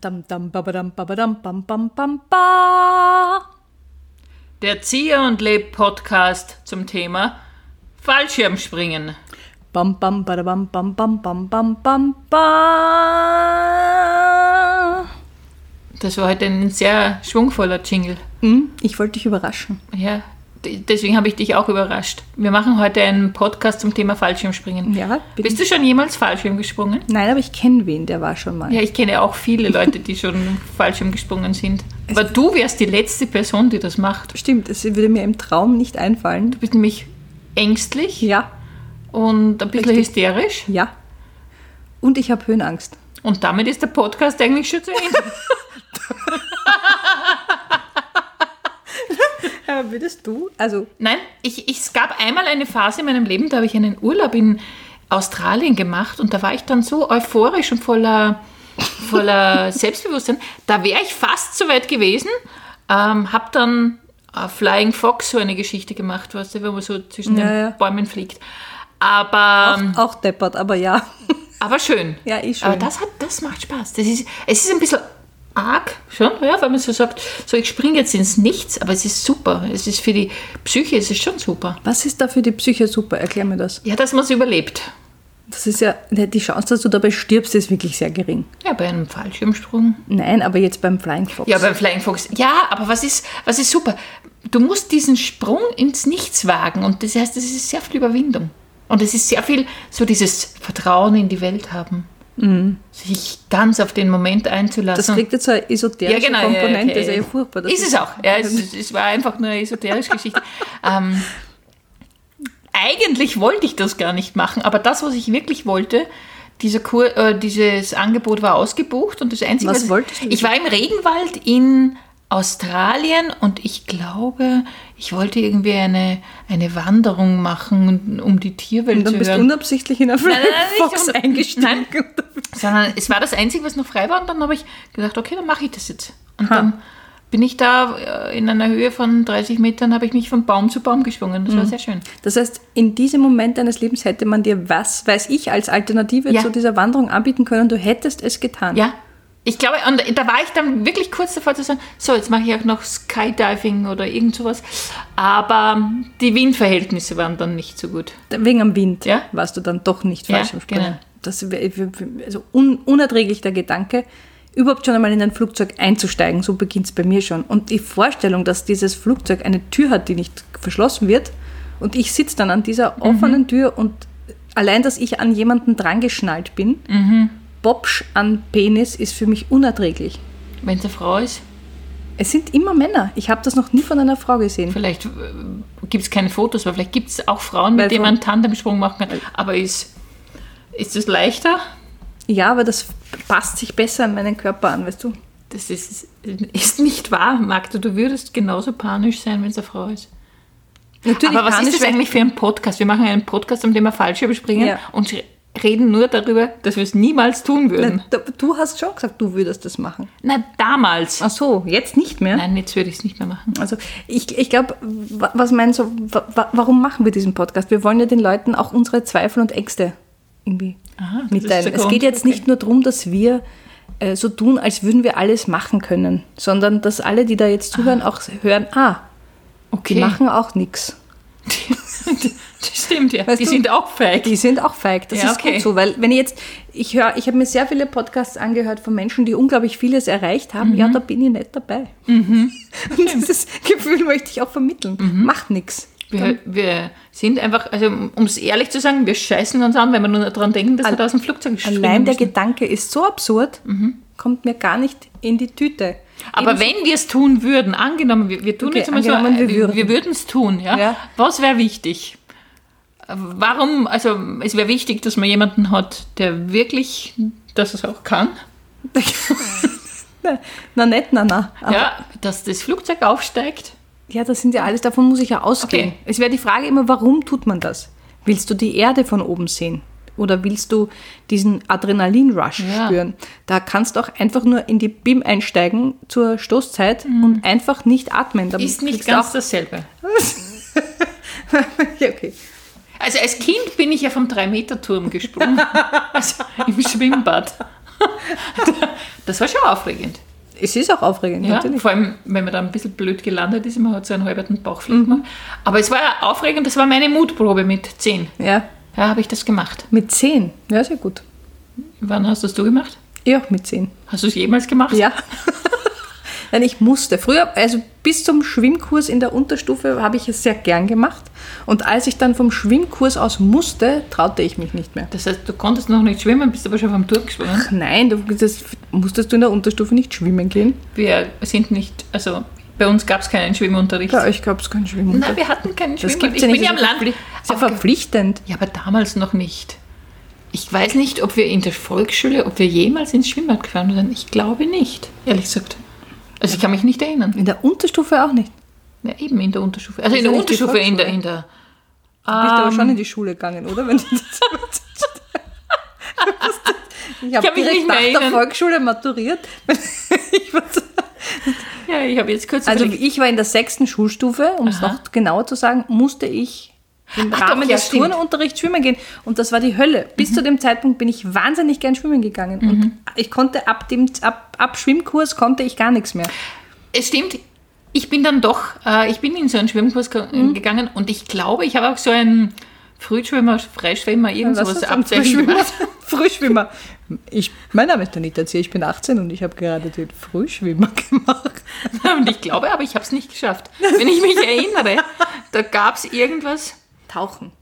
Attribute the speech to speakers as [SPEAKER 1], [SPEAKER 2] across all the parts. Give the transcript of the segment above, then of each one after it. [SPEAKER 1] Dam, dam, babadam, babadam, bam, bam, bam, ba.
[SPEAKER 2] Der Ziehe und Leb Podcast zum Thema Fallschirmspringen.
[SPEAKER 1] Bam, bam, badabam, bam, bam, bam, bam, bam, ba.
[SPEAKER 2] Das war heute ein sehr schwungvoller Jingle.
[SPEAKER 1] Hm, ich wollte dich überraschen.
[SPEAKER 2] Ja, d- deswegen habe ich dich auch überrascht. Wir machen heute einen Podcast zum Thema Fallschirmspringen.
[SPEAKER 1] Ja, bin
[SPEAKER 2] Bist du schon jemals Fallschirm gesprungen?
[SPEAKER 1] Nein, aber ich kenne wen, der war schon mal.
[SPEAKER 2] Ja, ich kenne auch viele Leute, die schon Fallschirm gesprungen sind. Aber du wärst die letzte Person, die das macht. Du
[SPEAKER 1] Stimmt, es würde mir im Traum nicht einfallen.
[SPEAKER 2] bist nämlich ängstlich
[SPEAKER 1] Ja,
[SPEAKER 2] und ein bisschen
[SPEAKER 1] Richtig.
[SPEAKER 2] hysterisch.
[SPEAKER 1] ja. Und ich habe Höhenangst.
[SPEAKER 2] Und damit ist der Podcast eigentlich schon zu Ende.
[SPEAKER 1] Ja, würdest du? Also,
[SPEAKER 2] Nein, ich, ich, es gab einmal eine Phase in meinem Leben, da habe ich einen Urlaub in Australien gemacht und da war ich dann so euphorisch und voller, voller Selbstbewusstsein. Da wäre ich fast so weit gewesen, ähm, habe dann äh, Flying Fox so eine Geschichte gemacht, weißt du, wenn man so zwischen
[SPEAKER 1] Ja,
[SPEAKER 2] den
[SPEAKER 1] ja.
[SPEAKER 2] Bäumen fliegt. Aber,
[SPEAKER 1] auch deppert, aber ja.
[SPEAKER 2] aber schön.
[SPEAKER 1] Ja, eh schön.
[SPEAKER 2] Aber das, hat, das macht Spaß. Das ist, es ist ein bisschen arg schon, ja, weil man so sagt, so ich springe jetzt ins Nichts, aber es ist super. Es ist für die Psyche, es ist schon super.
[SPEAKER 1] Was ist da für die Psyche super? Erklär mir das.
[SPEAKER 2] Ja, dass man es überlebt.
[SPEAKER 1] Das ist ja, die Chance, dass du dabei stirbst, ist wirklich sehr gering.
[SPEAKER 2] Ja, bei einem Fallschirmsprung.
[SPEAKER 1] Nein, aber jetzt beim Flying Fox.
[SPEAKER 2] Ja, beim Flying Fox. Ja, aber was ist, was ist super? Du musst diesen Sprung ins Nichts wagen und das heißt, es ist sehr viel Überwindung. Und es ist sehr viel so dieses Vertrauen in die Welt haben. Sich ganz auf den Moment einzulassen.
[SPEAKER 1] das kriegt jetzt so eine esoterische Komponente. Das
[SPEAKER 2] ja,
[SPEAKER 1] ist ja eh furchtbar. Das
[SPEAKER 2] ist, es auch. Ja, es, es war einfach nur eine esoterische Geschichte. ähm, eigentlich wollte ich das gar nicht machen, aber das, was ich wirklich wollte, dieser Kur, äh, dieses Angebot war ausgebucht und das Einzige,
[SPEAKER 1] Was wolltest du?
[SPEAKER 2] ich war im Regenwald in Australien und ich glaube, ich wollte irgendwie eine, eine Wanderung machen, um die Tierwelt
[SPEAKER 1] Und dann
[SPEAKER 2] zu
[SPEAKER 1] bist du
[SPEAKER 2] hören.
[SPEAKER 1] unabsichtlich in einen Flying
[SPEAKER 2] nein, nein, nicht
[SPEAKER 1] Fox
[SPEAKER 2] un-
[SPEAKER 1] eingestiegen. Nein.
[SPEAKER 2] Sondern es war das Einzige, was noch frei war. Und dann habe ich gesagt, okay, dann mache ich das jetzt. Und dann bin ich da äh, in einer Höhe von 30 Metern, habe ich mich von Baum zu Baum geschwungen. Das war sehr schön.
[SPEAKER 1] Das heißt, in diesem Moment deines Lebens hätte man dir was, weiß ich, als Alternative
[SPEAKER 2] Ja.
[SPEAKER 1] zu dieser Wanderung anbieten können und du hättest es getan.
[SPEAKER 2] Ja. Ich glaube, und da war ich dann wirklich kurz davor zu sagen, so, jetzt mache ich auch noch Skydiving oder irgend sowas. Aber die Windverhältnisse waren dann nicht so gut.
[SPEAKER 1] Wegen am Wind
[SPEAKER 2] Ja.
[SPEAKER 1] warst du dann doch nicht
[SPEAKER 2] Ja,
[SPEAKER 1] falsch im Springen.
[SPEAKER 2] genau.
[SPEAKER 1] Das wäre also un, unerträglich der Gedanke, überhaupt schon einmal in ein Flugzeug einzusteigen. So beginnt es bei mir schon. Und die Vorstellung, dass dieses Flugzeug eine Tür hat, die nicht verschlossen wird, und ich sitze dann an dieser
[SPEAKER 2] Mhm.
[SPEAKER 1] offenen Tür und allein, dass ich an jemanden drangeschnallt bin,
[SPEAKER 2] Mhm.
[SPEAKER 1] Bobsch an Penis, ist für mich unerträglich.
[SPEAKER 2] Wenn es eine Frau ist,
[SPEAKER 1] Es sind immer Männer. Ich habe das noch nie von einer Frau gesehen.
[SPEAKER 2] vielleicht äh, gibt es keine Fotos, aber vielleicht gibt es auch Frauen,
[SPEAKER 1] Weil
[SPEAKER 2] mit denen
[SPEAKER 1] von-
[SPEAKER 2] man einen Tandemsprung machen kann. Aber ist, ist das leichter?
[SPEAKER 1] Ja, aber das passt sich besser an meinen Körper an, weißt du?
[SPEAKER 2] Das ist, ist nicht wahr, Magda. Du würdest genauso panisch sein, wenn es eine Frau ist.
[SPEAKER 1] Natürlich
[SPEAKER 2] Aber was
[SPEAKER 1] panisch,
[SPEAKER 2] ist das
[SPEAKER 1] wenn-
[SPEAKER 2] eigentlich für ein Podcast? Wir machen einen Podcast zum Thema Fallschirmspringen
[SPEAKER 1] Ja.
[SPEAKER 2] und sch- reden nur darüber, dass wir es niemals tun würden.
[SPEAKER 1] Na, da- Du hast schon gesagt, du würdest das machen.
[SPEAKER 2] Na, damals.
[SPEAKER 1] Ach so, jetzt nicht mehr?
[SPEAKER 2] Nein, jetzt würde ich es nicht mehr machen.
[SPEAKER 1] Also ich, ich glaube, wa- was meinst du, wa- wa- warum machen wir diesen Podcast? Wir wollen ja den Leuten auch unsere Zweifel und Ängste irgendwie
[SPEAKER 2] Aha, das ist
[SPEAKER 1] mitteilen.
[SPEAKER 2] der
[SPEAKER 1] Es
[SPEAKER 2] Grund.
[SPEAKER 1] geht jetzt nicht nur darum, dass wir äh, so tun, als würden wir alles machen können, sondern dass alle, die da jetzt zuhören, auch hören, ah,
[SPEAKER 2] Okay.
[SPEAKER 1] die machen auch nichts.
[SPEAKER 2] das stimmt ja.
[SPEAKER 1] Weißt
[SPEAKER 2] die
[SPEAKER 1] du-
[SPEAKER 2] sind auch feig.
[SPEAKER 1] Die sind auch feig. Das
[SPEAKER 2] Ja,
[SPEAKER 1] ist
[SPEAKER 2] okay.
[SPEAKER 1] gut so, weil wenn ich jetzt, ich höre, ich habe mir sehr viele Podcasts angehört von Menschen, die unglaublich vieles erreicht haben.
[SPEAKER 2] Mhm.
[SPEAKER 1] Ja, da bin ich nicht dabei. Und dieses Gefühl möchte ich auch vermitteln. Macht nichts.
[SPEAKER 2] Mhm. Wir, wir sind einfach, also um es ehrlich zu sagen, wir scheißen uns an, wenn wir nur daran denken, dass wir da aus dem Flugzeug springen
[SPEAKER 1] Allein der
[SPEAKER 2] müssen.
[SPEAKER 1] Gedanke ist so absurd, kommt mir gar nicht in die Tüte.
[SPEAKER 2] Mhm. Aber wenn wir es tun würden, angenommen, wir, wir tun
[SPEAKER 1] Okay,
[SPEAKER 2] jetzt einmal so,
[SPEAKER 1] angenommen, wir
[SPEAKER 2] äh,
[SPEAKER 1] würden.
[SPEAKER 2] wir würden es tun, ja?
[SPEAKER 1] Ja.
[SPEAKER 2] Was wäre wichtig? Warum, also es wäre wichtig, dass man jemanden hat, der wirklich dass es auch kann,
[SPEAKER 1] na, na nett, na na. Aber-
[SPEAKER 2] ja, dass das Flugzeug aufsteigt.
[SPEAKER 1] Ja, das sind ja alles, davon muss ich ja ausgehen.
[SPEAKER 2] Okay.
[SPEAKER 1] Es wäre die Frage immer, warum tut man das? Willst du die Erde von oben sehen? Oder willst du diesen Adrenalin-Rush
[SPEAKER 2] Ja.
[SPEAKER 1] spüren? Da kannst du auch einfach nur in die BIM einsteigen zur Stoßzeit und einfach nicht atmen. Dann
[SPEAKER 2] Mhm. Ist nicht
[SPEAKER 1] kriegst du
[SPEAKER 2] ganz dasselbe.
[SPEAKER 1] auch, ja, okay.
[SPEAKER 2] Also als Kind bin ich ja vom 3-Meter-Turm gesprungen, also im Schwimmbad. Das war schon aufregend.
[SPEAKER 1] Es ist auch aufregend,
[SPEAKER 2] Ja,
[SPEAKER 1] natürlich.
[SPEAKER 2] vor allem, wenn man da ein bisschen blöd gelandet ist, man hat so einen halberten
[SPEAKER 1] Mhm.
[SPEAKER 2] Bauchflick gemacht. Aber es war ja aufregend, das war meine Mutprobe mit 10.
[SPEAKER 1] Ja,
[SPEAKER 2] Ja, habe ich das gemacht.
[SPEAKER 1] mit 10. Ja, sehr gut.
[SPEAKER 2] Wann hast das du gemacht?
[SPEAKER 1] Ich auch mit 10.
[SPEAKER 2] Hast du es jemals gemacht?
[SPEAKER 1] Ja. Nein, ich musste. Früher, also bis zum Schwimmkurs in der Unterstufe, habe ich es sehr gern gemacht. Und als ich dann vom Schwimmkurs aus musste, traute ich mich nicht mehr.
[SPEAKER 2] Das heißt, du konntest noch nicht schwimmen, bist aber schon vom Turm gesprungen.
[SPEAKER 1] Nein, du das, musstest du in der Unterstufe nicht schwimmen gehen?
[SPEAKER 2] Wir sind nicht, also bei uns gab es keinen Schwimmunterricht.
[SPEAKER 1] Bei euch gab es keinen Schwimmen.
[SPEAKER 2] Nein, wir hatten keinen
[SPEAKER 1] Das
[SPEAKER 2] Schwimmunterricht.
[SPEAKER 1] gibt
[SPEAKER 2] Ich
[SPEAKER 1] ja nicht.
[SPEAKER 2] bin ja am
[SPEAKER 1] das ist
[SPEAKER 2] Land.
[SPEAKER 1] verpfli- ist ja verpflichtend.
[SPEAKER 2] Ja, aber damals noch nicht. Ich weiß nicht, ob wir in der Volksschule, ob wir jemals ins Schwimmbad gefahren sind. Ich glaube nicht, ehrlich gesagt. Also ich kann mich nicht erinnern.
[SPEAKER 1] In der Unterstufe auch nicht.
[SPEAKER 2] Ja, eben in der Unterstufe. Also in
[SPEAKER 1] ist
[SPEAKER 2] der
[SPEAKER 1] ja nicht die
[SPEAKER 2] Unterstufe, in der,
[SPEAKER 1] Volksschule.
[SPEAKER 2] in der.
[SPEAKER 1] Du bist
[SPEAKER 2] Ähm.
[SPEAKER 1] aber schon in die Schule gegangen, oder? Wenn du das ich habe
[SPEAKER 2] kann mich
[SPEAKER 1] direkt
[SPEAKER 2] nicht
[SPEAKER 1] nach
[SPEAKER 2] mehr
[SPEAKER 1] der
[SPEAKER 2] erinnern.
[SPEAKER 1] Volksschule maturiert. Ich war so-
[SPEAKER 2] Ja, ich habe jetzt kurz
[SPEAKER 1] Also
[SPEAKER 2] überlegt.
[SPEAKER 1] ich war in der sechsten Schulstufe, um es
[SPEAKER 2] Aha.
[SPEAKER 1] noch genauer zu sagen, musste ich im
[SPEAKER 2] Ach doch,
[SPEAKER 1] Rahmen
[SPEAKER 2] ja,
[SPEAKER 1] des
[SPEAKER 2] stimmt. Mhm.
[SPEAKER 1] Turnunterrichts schwimmen gehen. Und das war die Hölle. Bis zu dem Zeitpunkt bin ich wahnsinnig gern schwimmen gegangen. Und ich konnte ab dem ab, ab Schwimmkurs konnte ich gar nichts mehr.
[SPEAKER 2] Es stimmt, ich bin dann doch, äh, ich bin in so einen Schwimmkurs ge-
[SPEAKER 1] Mhm.
[SPEAKER 2] gegangen und ich glaube, ich habe auch so einen Frühschwimmer, Freischwimmer, irgend
[SPEAKER 1] Was
[SPEAKER 2] sowas
[SPEAKER 1] ist am
[SPEAKER 2] Abzeichen
[SPEAKER 1] Frühschwimmer?
[SPEAKER 2] gemacht.
[SPEAKER 1] Frühschwimmer. Ich, mein Name ist Anita Zier, ich bin 18 und ich habe gerade den Frühschwimmer gemacht.
[SPEAKER 2] Und ich glaube, aber ich habe es nicht geschafft. Wenn ich mich erinnere, da gab es irgendwas.
[SPEAKER 1] Tauchen.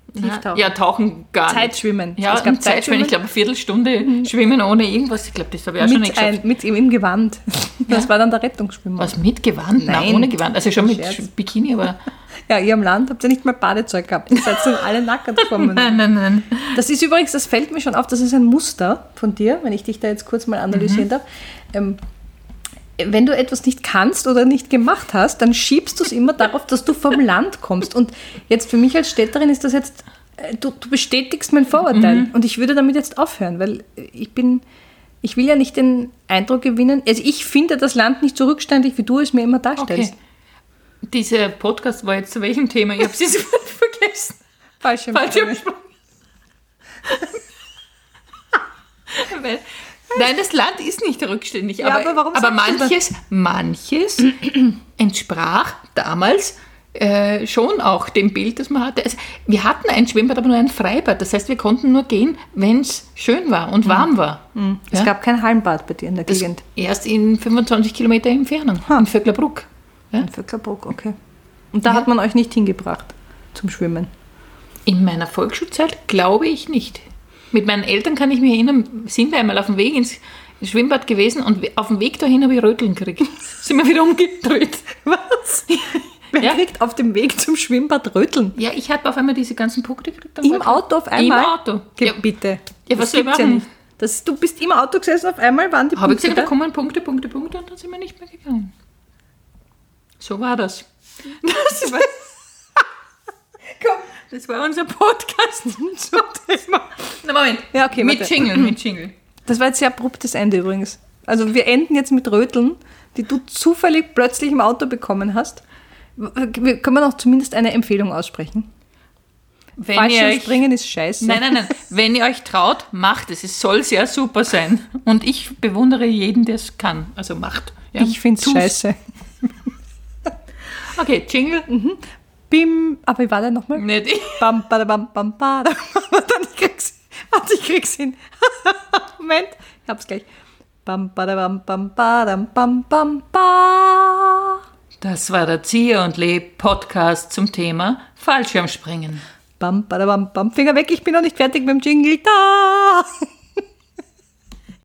[SPEAKER 2] Ja, tauchen gar nicht.
[SPEAKER 1] Zeitschwimmen.
[SPEAKER 2] Ja,
[SPEAKER 1] Es gab
[SPEAKER 2] Zeitschwimmen. Ich glaube, eine Viertelstunde schwimmen ohne irgendwas. Ich glaube, das habe ich auch schon nicht
[SPEAKER 1] Mit,
[SPEAKER 2] geschafft.
[SPEAKER 1] ein, mit ihm im Gewand. Das war dann der Rettungsschwimmer.
[SPEAKER 2] Was mit Gewand? Nein,
[SPEAKER 1] Nein.
[SPEAKER 2] ohne Gewand. Also schon mit
[SPEAKER 1] Scherz.
[SPEAKER 2] Bikini, aber.
[SPEAKER 1] Ja, ihr am Land habt ihr nicht mal Badezeug gehabt. Ihr seid so alle nackert gekommen.
[SPEAKER 2] Nein, nein, nein.
[SPEAKER 1] Das ist übrigens, das fällt mir schon auf, das ist ein Muster von dir, wenn ich dich da jetzt kurz mal analysieren darf. Ähm, wenn du etwas nicht kannst oder nicht gemacht hast, dann schiebst du es immer darauf, dass du vom Land kommst. Und jetzt für mich als Städterin ist das jetzt, äh, du, du bestätigst mein Vorurteil. Und ich würde damit jetzt aufhören, weil ich bin, ich will ja nicht den Eindruck gewinnen, also ich finde das Land nicht so rückständig, wie du es mir immer darstellst.
[SPEAKER 2] Okay. Dieser Podcast war jetzt zu welchem Thema? Ich habe es vergessen.
[SPEAKER 1] Falsch.
[SPEAKER 2] Fallschirmsprung. Weil- Nein, das Land ist nicht rückständig. aber,
[SPEAKER 1] aber warum
[SPEAKER 2] aber
[SPEAKER 1] sagst du das?
[SPEAKER 2] manches, manches entsprach damals äh, schon auch dem Bild, das man hatte. Also, wir hatten ein Schwimmbad, aber nur ein Freibad. Das heißt, wir konnten nur gehen, wenn es schön war und warm war.
[SPEAKER 1] Mhm. Es gab kein Hallenbad bei dir in der
[SPEAKER 2] Das
[SPEAKER 1] Gegend.
[SPEAKER 2] erst in 25 Kilometer Entfernung, in Vöcklerbruck. Ja?
[SPEAKER 1] In Vöcklerbruck, okay. Und da hat man euch nicht hingebracht zum Schwimmen.
[SPEAKER 2] In meiner Volksschulzeit glaube ich nicht. Mit meinen Eltern kann ich mich erinnern, sind wir einmal auf dem Weg ins Schwimmbad gewesen und auf dem Weg dahin habe ich Röteln gekriegt. sind wir wieder umgedreht.
[SPEAKER 1] Was? Wer
[SPEAKER 2] Ja.
[SPEAKER 1] kriegt auf dem Weg zum Schwimmbad Röteln?
[SPEAKER 2] Ja, ich habe auf einmal diese ganzen Punkte gekriegt. am
[SPEAKER 1] Im
[SPEAKER 2] Rücken.
[SPEAKER 1] Auto auf einmal?
[SPEAKER 2] Im Auto.
[SPEAKER 1] Ge
[SPEAKER 2] Ja,
[SPEAKER 1] Bitte.
[SPEAKER 2] Ja, was soll ich machen?
[SPEAKER 1] Das, du bist im Auto gesessen, auf einmal waren die
[SPEAKER 2] habe ich
[SPEAKER 1] Punkte
[SPEAKER 2] gesagt, da
[SPEAKER 1] da.
[SPEAKER 2] kommen Punkte, Punkte, Punkte und dann sind wir nicht mehr gegangen. So war das. Das war,
[SPEAKER 1] Komm,
[SPEAKER 2] das war unser Podcast.
[SPEAKER 1] zum Thema.
[SPEAKER 2] Na, Moment.
[SPEAKER 1] Ja, okay,
[SPEAKER 2] mit
[SPEAKER 1] warte.
[SPEAKER 2] Jingle, mit Jingle.
[SPEAKER 1] Das war jetzt ein sehr abruptes Ende übrigens. Also wir enden jetzt mit Röteln, die du zufällig plötzlich im Auto bekommen hast. Wir können wir noch zumindest eine Empfehlung aussprechen?
[SPEAKER 2] Wenn ihr
[SPEAKER 1] Falsch
[SPEAKER 2] euch-
[SPEAKER 1] springen ist scheiße.
[SPEAKER 2] Nein, nein, nein. Wenn ihr euch traut, macht es. Es soll sehr super sein. Und ich bewundere jeden, der es kann. Also macht. Ja,
[SPEAKER 1] Ich finde es
[SPEAKER 2] tu's.
[SPEAKER 1] scheiße.
[SPEAKER 2] Okay, Jingle.
[SPEAKER 1] Mhm. Bim. Aber wie war der nochmal?
[SPEAKER 2] Nicht ich.
[SPEAKER 1] Bam, bada, bam, bam, bada. Dann ich krieg's. Warte, ich krieg's hin. Moment, ich hab's gleich. Bam, bada, bam, bam, badam, bam, bam, ba.
[SPEAKER 2] Das war der Zieher und Leb Podcast zum Thema Fallschirmspringen.
[SPEAKER 1] Bam, bada, bam, bam. Finger weg, ich bin noch nicht fertig mit dem Jingle. Da.